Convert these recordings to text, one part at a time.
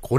こ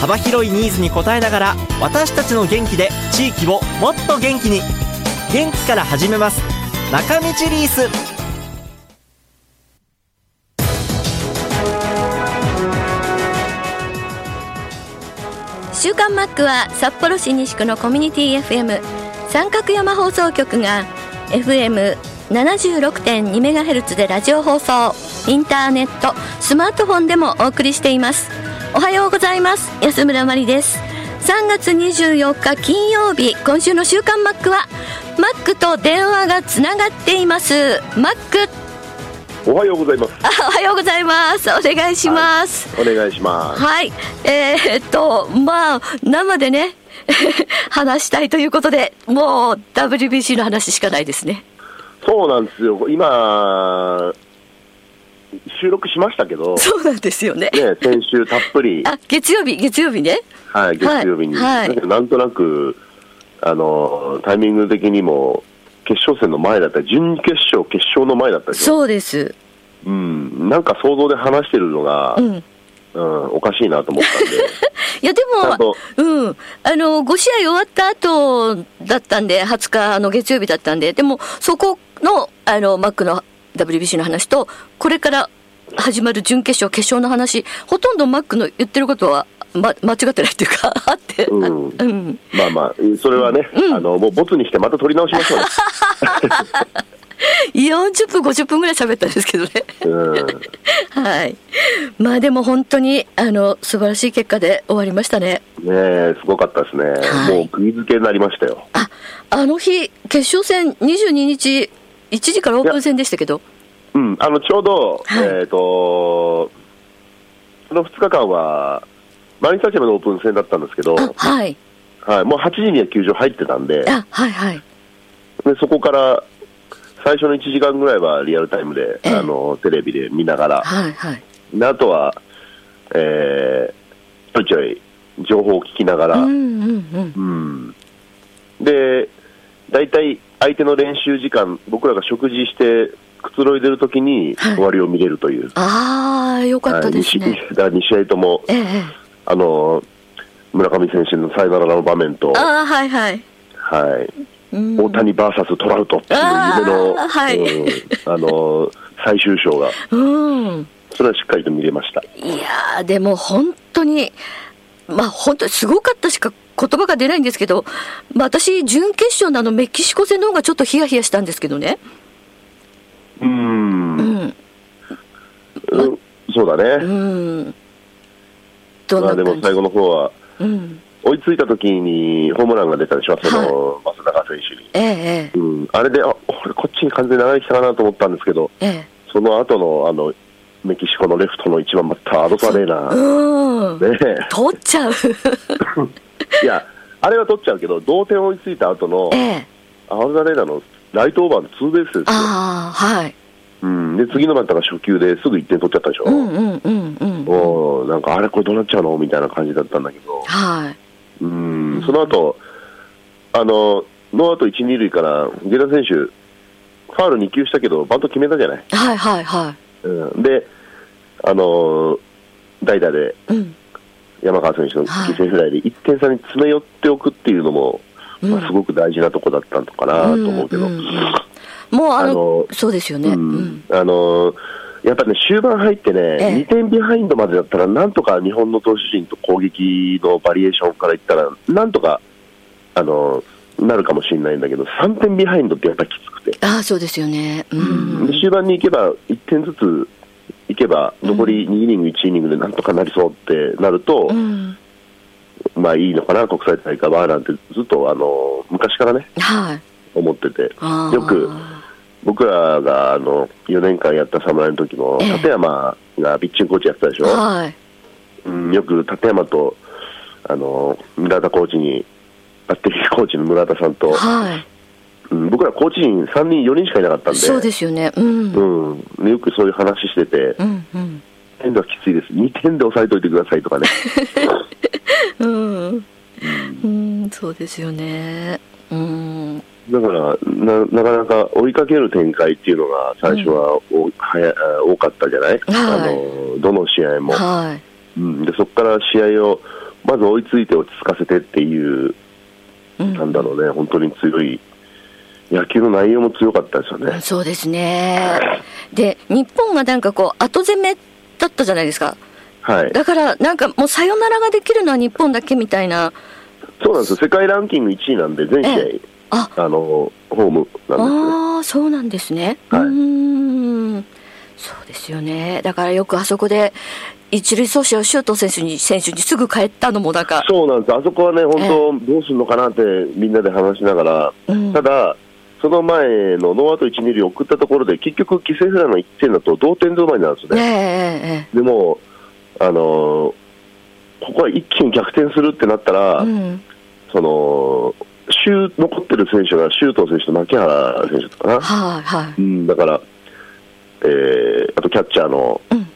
幅広いニーズに応えながら私たちの元気で地域をもっと元気に元気から始めます中道リース週刊マックは札幌市西区のコミュニティ FM 三角山放送局が FM76.2MHz でラジオ放送インターネットスマートフォンでもお送りしていますおはようございます安村まりです3月24日金曜日今週の週刊マックはマックと電話がつながっていますマックおはようございます。あおはようございますお願いします、お願いします。はい、えーっと、まあ、生でね、 話したいということで、もう WBC の話しかないですね。そうなんですよ。今、収録しましたけど、ね、そうなんですよね。先週たっぷり、 あ、月曜日、月曜日ね。はい、月曜日に、はいはいなんとなく、あの、タイミング的にも、決勝戦の前だったり、準決勝、決勝の前だったり、そうです。うん、なんか想像で話してるのが、ううん、ん。おかしいなと思ったんで、 いや、でちゃんもと、うん。あの、5試合終わった後だったんで、20日の月曜日だったんで、でも、そこの、あの、マックの WBC の話と、これから始まる準決勝、決勝の話、ほとんどマックの言ってることは、ま、間違ってないっていうか、 あって、うんあうん。まあまあ、それはね、あの、もうボツにしてまた撮り直しましょうね。 40分、50分ぐらい喋ったんですけどね。うん、 はい。まあでも本当に、あの、素晴らしい結果で終わりましたね。ねえすごかったですね。はいもう釘付けになりましたよ。あ、あの日、決勝戦22日、1時からオープン戦でしたけど。うん、あのちょうど、はいえっ、と、その2日間は、マリンスタジアムのオープン戦だったんですけど、あ、はい。はい、もう8時には球場入ってたんで、であ、はいはい。そこから最初の1時間ぐらいはリアルタイムで、ええあのテレビで見ながら、はいはい。であとは、えー、ちょいちょい情報を聞きながうら、んうんうん、で、大体相手の練習時間、僕らが食事してくつろいでるときにはい終わりを見れるという、ああ、よかったですはい二ね。試だから2試合とも、ええ。あの村上選手のサヨナラの場面と、はああ、はいはい。い、うん大谷 VS トラウトっていう夢のあーはいうんあの最終章が、うん。それはしっかりと見れました。いやーでも本当に、まあ本当にすごかったしか言葉が出ないんですけど、まあ私、準決勝のあのメキシコ戦の方がちょっとヒヤヒヤしたんですけどね。うんうん。うんそうだうね、ん。どんまなあ、でも感じ最後の方はうん。追いついた時にホームランが出たでしょ、その増永選手に。ええうん、あれで、あこれ、こっちに完全に流れてきたかなと思ったんですけど、ええ。えその後のあのメキシコのレフトの一番バッター、アドサレーナえ。うん。ー、ね、取っち ゃう。いや、あれは取っちゃうけど、同点追いついた後のええ。アルダレーナのライトオーバーのツーベースですよ、ああ、はい。うん、で次のバッターが初球ですぐ1点取っちゃったでしょ、うんうんうんうん。おーなんかあれ、これどうなっちゃうのみたいな感じだったんだけど、はい。うん、その後あのノーアウト1、2塁から池田選手、ファウル2球したけど、バント決めたじゃない、はいはいはうん、で、あのー代打でい。うん。山川選手の犠牲フライで1点差に詰め寄っておくっていうのも、うんまあ、すごく大事なとこだったのかなと思うけど、うんうんうんもうあの、あのそうですよね。ううんん。あのーやっぱね、終盤入ってね、ええ2点ビハインドまでだったら、なんとか日本の投手陣と攻撃のバリエーションからいったら、なんとか、あのーなるかもしれないんだけど、3点ビハインドってやっぱりきつくて、ああ、そうですよね。うん。で終盤に行けば、1点ずつ行けば、残り2イニング、1イニングでなんとかなりそうってなると、うん。まあいいのかな、国際大会はなんて、ずっと、あのー昔からね、はい。思ってて。あーよく僕らがあの4年間やった侍の時もええ立山がピッチングコーチやってたでしょ、はい。うん、よく立山とあの村田コーチに、バッテリーコーチの村田さんと、はい。うん僕らコーチ陣3人、4人しかいなかったんで、そうですよね。うん。うんうん、よくそういう話してて、うん。 1点ではきついです、2点で抑えといてください とかね、うん。うん、そうですよね。うん。だからな、なかなか追いかける展開っていうのが、最初はお、はや多かったじゃない、あのどの試合も。はい。うん、でそこから試合をまず追いついて落ち着かせてっていう、なんだろうね、本当に強い、野球の内容も強かったですよね。そうですね。で、日本がなんかこう、後攻めだったじゃないですか。はい、だから、なんかもう、さよならができるのは日本だけみたいな。そうなんですよ、世界ランキング1位なんで、全試あ、合、あのホームなんでああ、そうなんですね。はいうーん。そうですよね。だからよくあそこで、一塁走者を周東選手に、選手にすぐ帰ったのも、なんかすね、。そうなんです、あそこはね、本当、どうするのかなってみんなで話しながら、うんただ、その前のノーアウト1、2塁送ったところで、結局、犠牲フライの1点だと同点止まりなんですええね。えええでも、あのここは一気に逆転するってなったら、えうん。そのシュー残ってる選手が周東選手と牧原選手とかな、はい、はい。うん、だから、えーあとキャッチャーのうん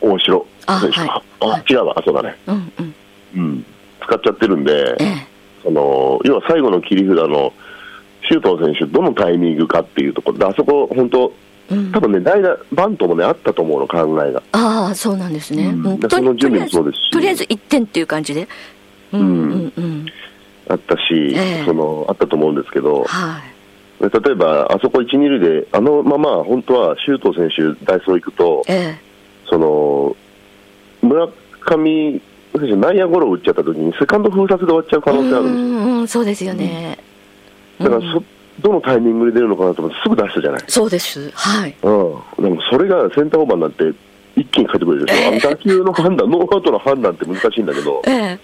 大城あ選手はかい、あ違うわ、そうだね、うん、うん。うん、使っちゃってるんえで、え。その要は最後の切り札の周東選手、どのタイミングかっていうところで、あそこ、本当、うん多分ね、代打、バントもね、あったと思うの、考えが。ああ、そうなんですね。うんうんだからその準備もそうですしとりあえずとりあえず一点っていう感じで。うん、うん、うん。あったし、ええそのあったと思うんですけど、はい。例えばあそこ1、2塁で、あのまま本当は周東選手、ダイソー行くと、えその村上選手、内野ゴロ打っちゃった時に、セカンド封殺で終わっちゃうえ。可能性あるうんでん、うん、そうですよね。すよ、だからそどのタイミングで出るのかなと思って、すぐ出したじゃない、そうです。はい。うん、でもそれがセンターオーバーになって、一気に帰ってくるでしょ、あの打球の判断、ノーアウトの判断って難しいんだけど、ええ。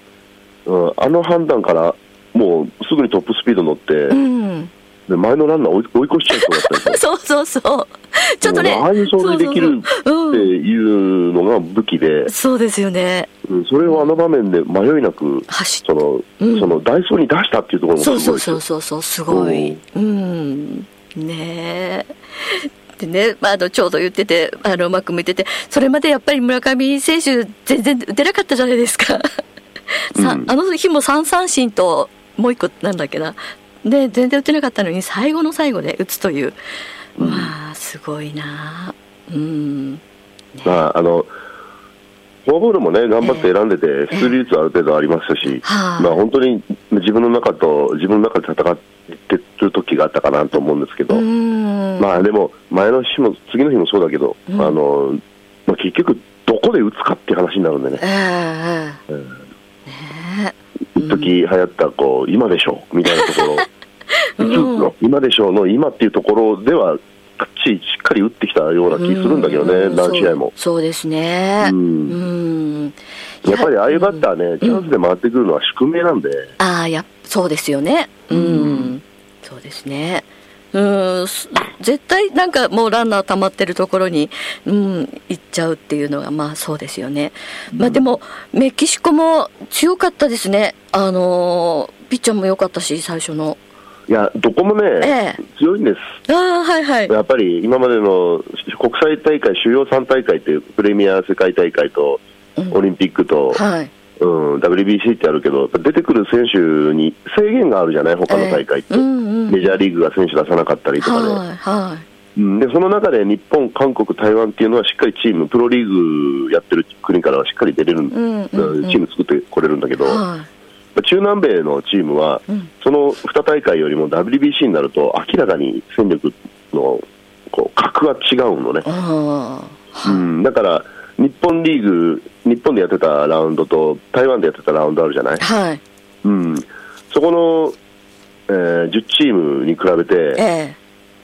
うん、あの判断から、もうすぐにトップスピード乗って、うん。で前のランナー追い追い越しちゃう人だったんですよ。そうそうそう。 ちょっとね。でもああいう走塁できるそうってそうそううん。いうのが武器で、そうですよね。うんそれをあの場面で迷いなく、走っその、うんそのダイソーに出したっていうところもすそごいうですそうよそうそうそう、すごい。うん。ねえ。でね、まあ、あの、ちょうど言ってて、あの、うまく向いてて、それまでやっぱり村上選手、全然打てなかったじゃないですか。さうんあの日も3三振と、もう一個なんだっけな。で、全然打てなかったのに、最後の最後で打つという。まあ、すごいなうん。まあ、あの、フォアボールもね、頑張って選んでて、出塁率はある程度ありましたし、はいまあ本当に自分の中と、自分の中で戦ってる時があったかなと思うんですけど、うん。まあでも、前の日も、次の日もそうだけど、うんあの、まあ、結局、どこで打つかっていう話になるんでねえ、えええうんねえ。一時流行ったこう今でしょみたいなと ころ、うん今でしょの今っていうところでは、かっちりしっかり打ってきたような気するんだけどうね、ん何試合も。そうそうですね。うんんやっぱりああいうバッター。ーね、チャンスで回ってくるのは宿命なんで、ああ、や、そうですよね。うん。そうですね。うん、す絶対なんかもうランナー溜まってるところに、うん、行っちゃうっていうのがまあそうですよね。まあでも、メキシコも強かったですね。あのーピッチャーも良かったし、最初の。いや、どこもえねえ、強いんです。ああ、はいはい。やっぱり今までの国際大会、主要3大会っていうプレミア世界大会とうんオリンピックと、はい。うん、WBC ってあるけど、やっぱ出てくる選手に制限があるじゃない、他の大会って。ええうんうんメジャーリーグが選手出さなかったりとかね。はいはうんでその中で日本、韓国、台湾っていうのはしっかりチーム、プロリーグやってる国からはしっかり出れるん、うんうんうんチーム作ってこれるんだけど、い。はい。中南米のチームは、んその2大会よりも WBC になると、明らかに戦力のこう格が違うのね、ああ。うん、だから日本リーグ、日本でやってたラウンドと台湾でやってたラウンドあるじゃない、はい。うん、そこの、えー10チームに比べて、え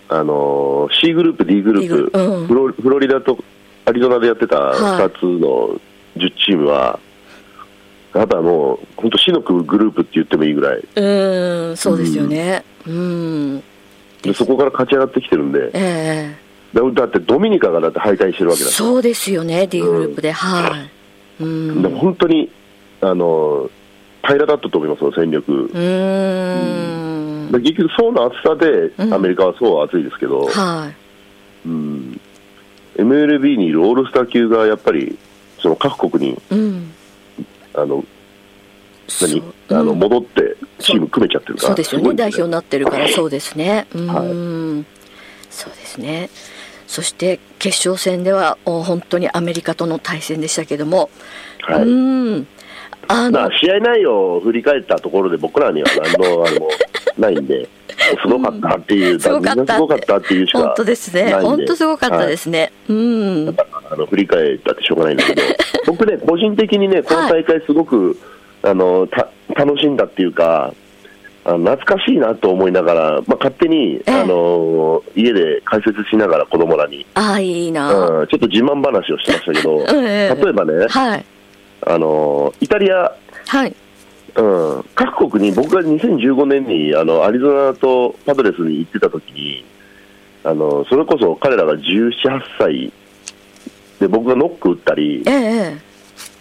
あのー C グループ、D グル D グループ、うんフロフロリダとアリゾナでやってたはい2つの10チームは、やっぱもう、本当、死のグループって言ってもいいぐらい、えうーん、そうですよね。うん。でそこから勝ち上がってきてるんで、えだだってドミニカがだって敗退してえるわけだかそうですよね、D グループで。はい。うら、でん。も本当に、あのー平らだったと思いますよ、戦力。うーん。で結局、層の厚さでう、んアメリカは層は厚いですけど、はい。うん、MLB にいるオールスター級がやっぱり、その各国に、うん。あの何そうあのうん戻ってチーム組めちゃってるから、そうですよごねい代表になってるからそうですねうーん、はいそうですねそして決勝戦ではお本当にアメリカとの対戦でしたけども、はういーんあまのあ、試合内容を振り返ったところで、僕らには何の あれもないんで、すごかったっていう、すごかったみんなすごかったっていうしか本当ですねないん本当すごかったではすね、うんいあの振り返ったってしょうがないんだ けど、僕ね、個人的にね、この大会、すごく、あのた楽しんだっていうか、あの懐かしいなと思いながら、まあ、勝手に、ええあの家で解説しながら、子供らに、ああいいな、うん、ちょっと自慢話をしてました けど、ええ例えばね、はいあのイタリア、はいうん、各国に僕が2015年にあのアリゾナとパドレスに行ってた時にあのそれこそ彼らが17、8歳で僕がノック打ったりえ、え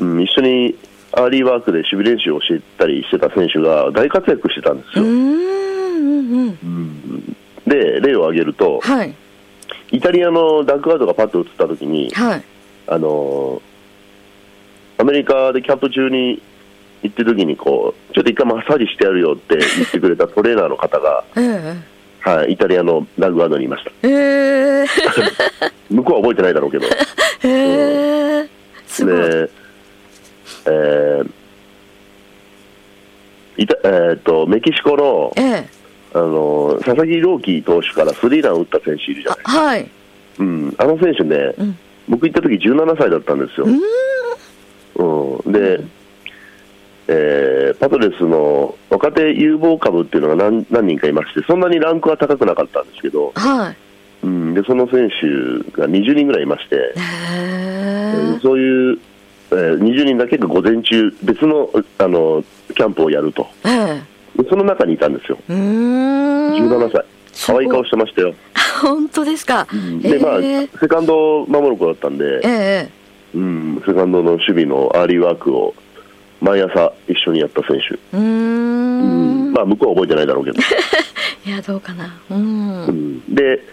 うん、一緒にアーリーワークで守備練習をしてたりしてた選手が大活躍してたんですうーんよ。うんうんで、例を挙げると、はいイタリアのダッグアウトがパッと映った時に、はいあのーアメリカでキャンプ中に行ってる時にこう、ちょっと一回マッサージしてやるよって言ってくれたトレーナーの方が、ええはい、イタリアのラグアードにいました。ええ向こうは覚えてないだろうけど。ええ すごい、で、えーいたえーっとメキシコのええあの佐々木朗希投手からスリーラン打った選手いるじゃあない、はいうん、あの選手ね、うん僕行った時17歳だったんですよ、うんで、えーパドレスの若手有望株っていうのが何何人かいましてそんなにランクは高くなかったんですけど、はいうん、でその選手が20人ぐらいいまして、へえーえそういう、えー20人だけが午前中、別のあのキャンプをやると、ええでその中にいたんですよ、うーん17歳、す可ごい愛い顔してましたよ、本当ですか。でまあ、ええセカンドを守る子だったんえで、えうん、セカンドの守備のアーリーワークを毎朝一緒にやった選手、うーん。まあ、向こうは覚えてないだろうけ ど、いやどうかな。う。うんんで、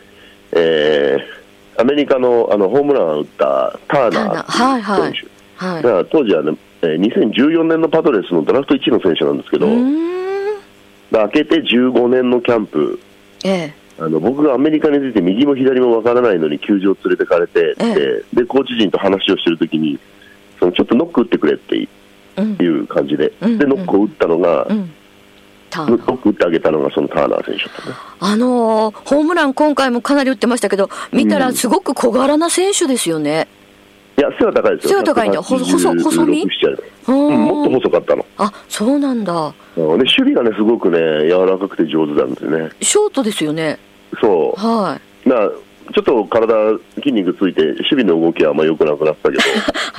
えーアメリカのあのホームランを打ったターナーってはいはいいう選手。はい。だから当時はね、えー2014年のパドレスのドラフト1位の選手なんですけど、うーん。で明けて15年のキャンプええあの僕がアメリカに出て右も左もわからないのに球場連れてかれて、ええででコーチ陣と話をしてるときにそのちょっとノック打ってくれっていうんう感じで、うんでノックを打ったのが、うん。タノーナーック打ってあげたのがそのターナー選手だったねあのーホームラン今回もかなり打ってましたけど見たうらんすごく小柄な選手ですよね。いや背は高いですよ背は高いんだほ細186細身しちゃうううんんもっと細かったのあそうなんだ。うんで守備がねすごくね柔らかくて上手なんですよねショートですよね。そはうなちょっと体筋肉ついて守備の動きはあんま良くなくなったけどい。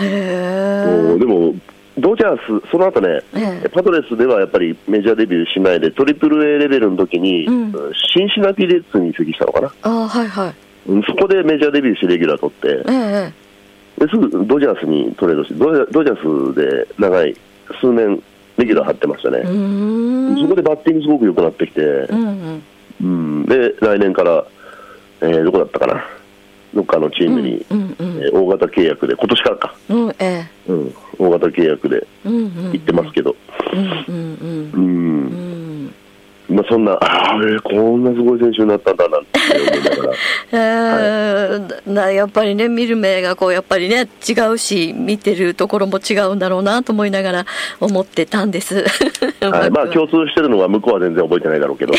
へうえん。でも、ドジャース、その後ね、ええパドレスではやっぱりメジャーデビューしないで、トリプル A レベルの時に、うんシンシナティレッツに移籍したのかな、あはいはい。うんそこでメジャーデビューしてレギュラー取って、ええですぐドジャースにトレードして、ドジャドジャースで長い、数年、レギュラー張ってましたね、うーん。そこでバッティングすごく良くなってきて、うんうん。うんで来年から、えーどこだったかな、どっかのチームに、うんうんえー大型契約で、今年からか、うんえうん大型契約でえ。うんうん。行ってますけど。うんうんうん。ううんんまあ、そんな、ああ、えーこんなすごい選手になったんだなんて思いながら、えーなやっぱりね見る目がこうやっぱりね違うし見てるところも違うんだろうなと思いながら思ってたんです。はい、まあ僕は共通してるのは向こうは全然覚えてないだろうけど、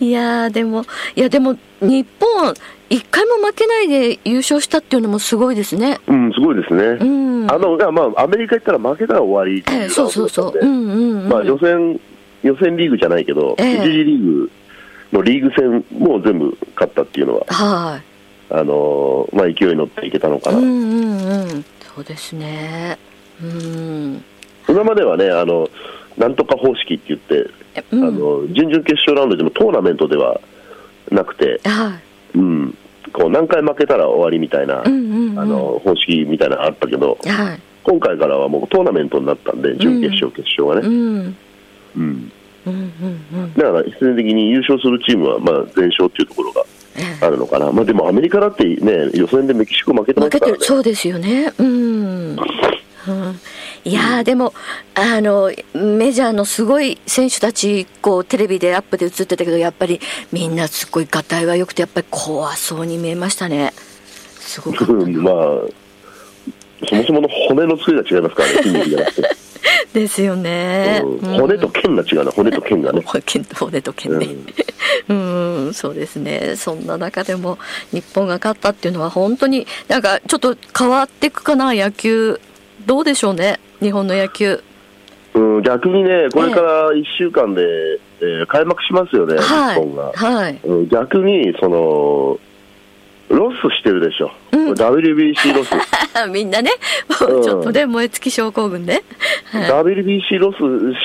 いやーでもいやでも日本一回も負けないで優勝したっていうのもすごいですね。うん、すごいですね。うんあの、いやまあ、アメリカ行ったら負けたら終わりってえーいうそうそうそう。うラウンんうん、うんドだったんでまあ、予選、予選リーグじゃないけど、ええ一次リーグのリーグ戦もう全部勝ったっていうのは、はい。あのーまあ、勢いに乗っていけたのかな。うんうんうん。そうですね。うん。今まではね、あの、なんとか方式って言って、えうあん、の、準々決勝ラウンドでもトーナメントではなくて、はうん、こう何回負けたら終わりみたいな、い。うんうん、うん。あの方式みたいなのあったけど、はい。今回からはもうトーナメントになったんで、準決勝、決勝はうね、んうんうんうんうんだから必然的に優勝するチームはまあ全勝っていうところがあるのかな、まあ、でもアメリカだって、ね、予選でメキシコ負けてま負すけかてらるね、そうですよねうん、うんいやーでもあのメジャーのすごい選手たちこうテレビでアップで映ってたけどやっぱりみんなすっごいがたいは良くてやっぱり怖そうに見えましたねすごかったうんまあ、そもそもの骨の作りが違いますからね、筋肉じゃなくて、ですよね、うんうん骨と剣が違うな、骨と剣がね。剣と骨と剣ね、 うん、そうですねそんな中でも日本が勝ったっていうのは本当になんかちょっと変わっていくかな野球どうでしょうね日本の野球うん、逆にね、これから1週間で、えー開幕しますよね、はい日本が。はい うん逆に、その、ロスしてるでしょ、WBC ロス、みんなねうんちょっとね燃え尽き症候群ね WBC ロス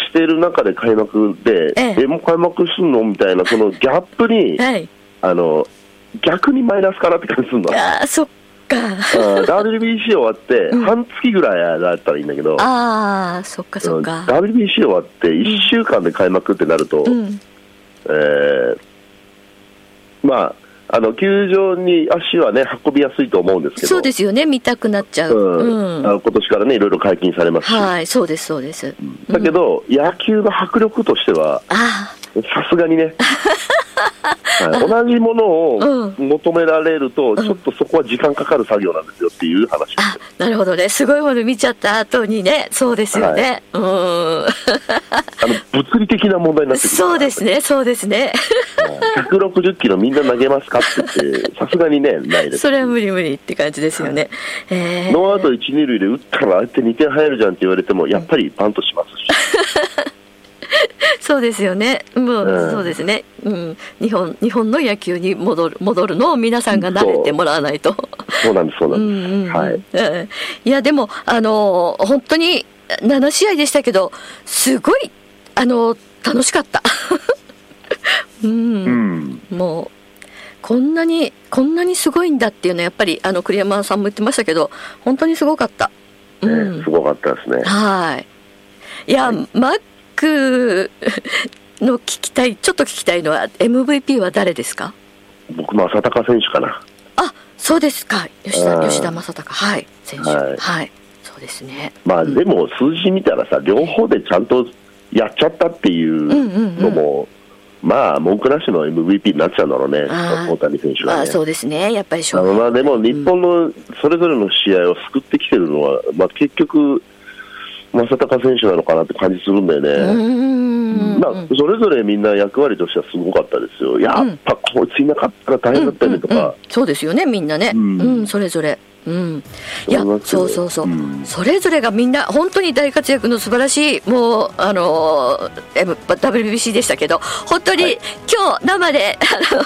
してる中で開幕で、えええもう開幕すんのみたいな、そのギャップに、はいあの逆にマイナスかなって感じするの、あーそっかうん WBC 終わって、半月ぐらいだったらいいんだけど、あーそっかそっうんか WBC 終わって1週間で開幕ってなると、うんえーまあ、あの球場に足はね、運びやすいと思うんですけど、そうですよね見たくなっちゃううんうんあの今年からね、いろいろ解禁されますし、はいそうですそうですだけど、野球の迫力としては、あさすがに ね、はい同じものをう求められると、ちょっとそこは時間かかる作業なんですよっていう話ーあなるほどねすごいもの見ちゃった後にねそうですよね、うんあの物理的な問題になってく るそうですね、そうです ね。 160キロみんな投げますかって言って、さすがにね、ないですそ。れは無理無理って感じですよね。えーノーアウト一二塁で打ったら、あえて2点入るじゃんって言われても、やっぱりバントしますし、そうですよね。もう、うんそうですね。うん、日本日本の野球に戻る戻るのを皆さんが慣れてもらわないと。そうなんです、そうなうんんうんです。はい。うんいやでもあの本当に7試合でしたけど、すごいあの楽しかった。 うんうん。もうこんなにこんなにすごいんだっていうのはやっぱりあの栗山さんも言ってましたけど本当にすごかった。うんね、すごかったですね。はい。いや、マックの聞きたい、ちょっと聞きたいのは、MVP は誰ですか僕、正隆選手かな。あ、そうですか。吉田、うん吉田正尚。はい。選手。は。はいいそうですね。まあ、でも、数字見たらさ、両方でちゃんとやっちゃったっていうのも、まあ、文句なしの MVP になっちゃうんだろうね、あー大谷選手まがあ、ね。そうですね。やっぱり勝あの負。まあでも日本のそれぞれの試合を救ってきてるのは、まあ、結局、正尚選手なのかなって感じするんだようね、ーん。まあ、それぞれみんな役割としてはすごかったですよ、やっぱこいついなかったら大変だったよねとうんうんうんか、そうですよねみんなね、ううんんそれぞれ、うん、いやそうなんですそようそうそう、うんそれぞれがみんな本当に大活躍の素晴らしいもうあのー M- WBC でしたけど本当に、今日生であの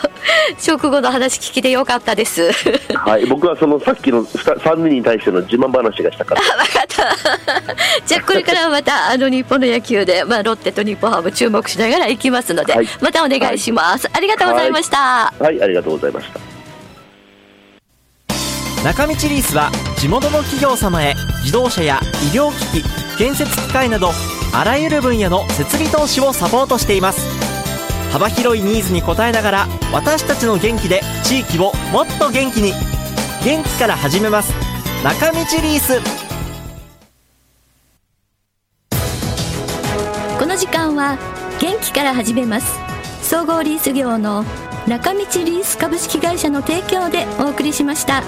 食後の話聞きでよかったです はい、僕はそのさっきの3人に対しての自慢話がしたから、じゃあこれからはまたあの日本の野球で、まあ、ロッテと日本ハム注目しながらいきますので、はいまたお願いします、ありがとうございました、はい、ありがとうございました。中道リースは地元の企業様へ自動車や医療機器建設機械などあらゆる分野の設備投資をサポートしています幅広いニーズに応えながら私たちの元気で地域をもっと元気に元気から始めます中道リースこの時間は元気から始めます総合リース業の中道リース株式会社の提供でお送りしました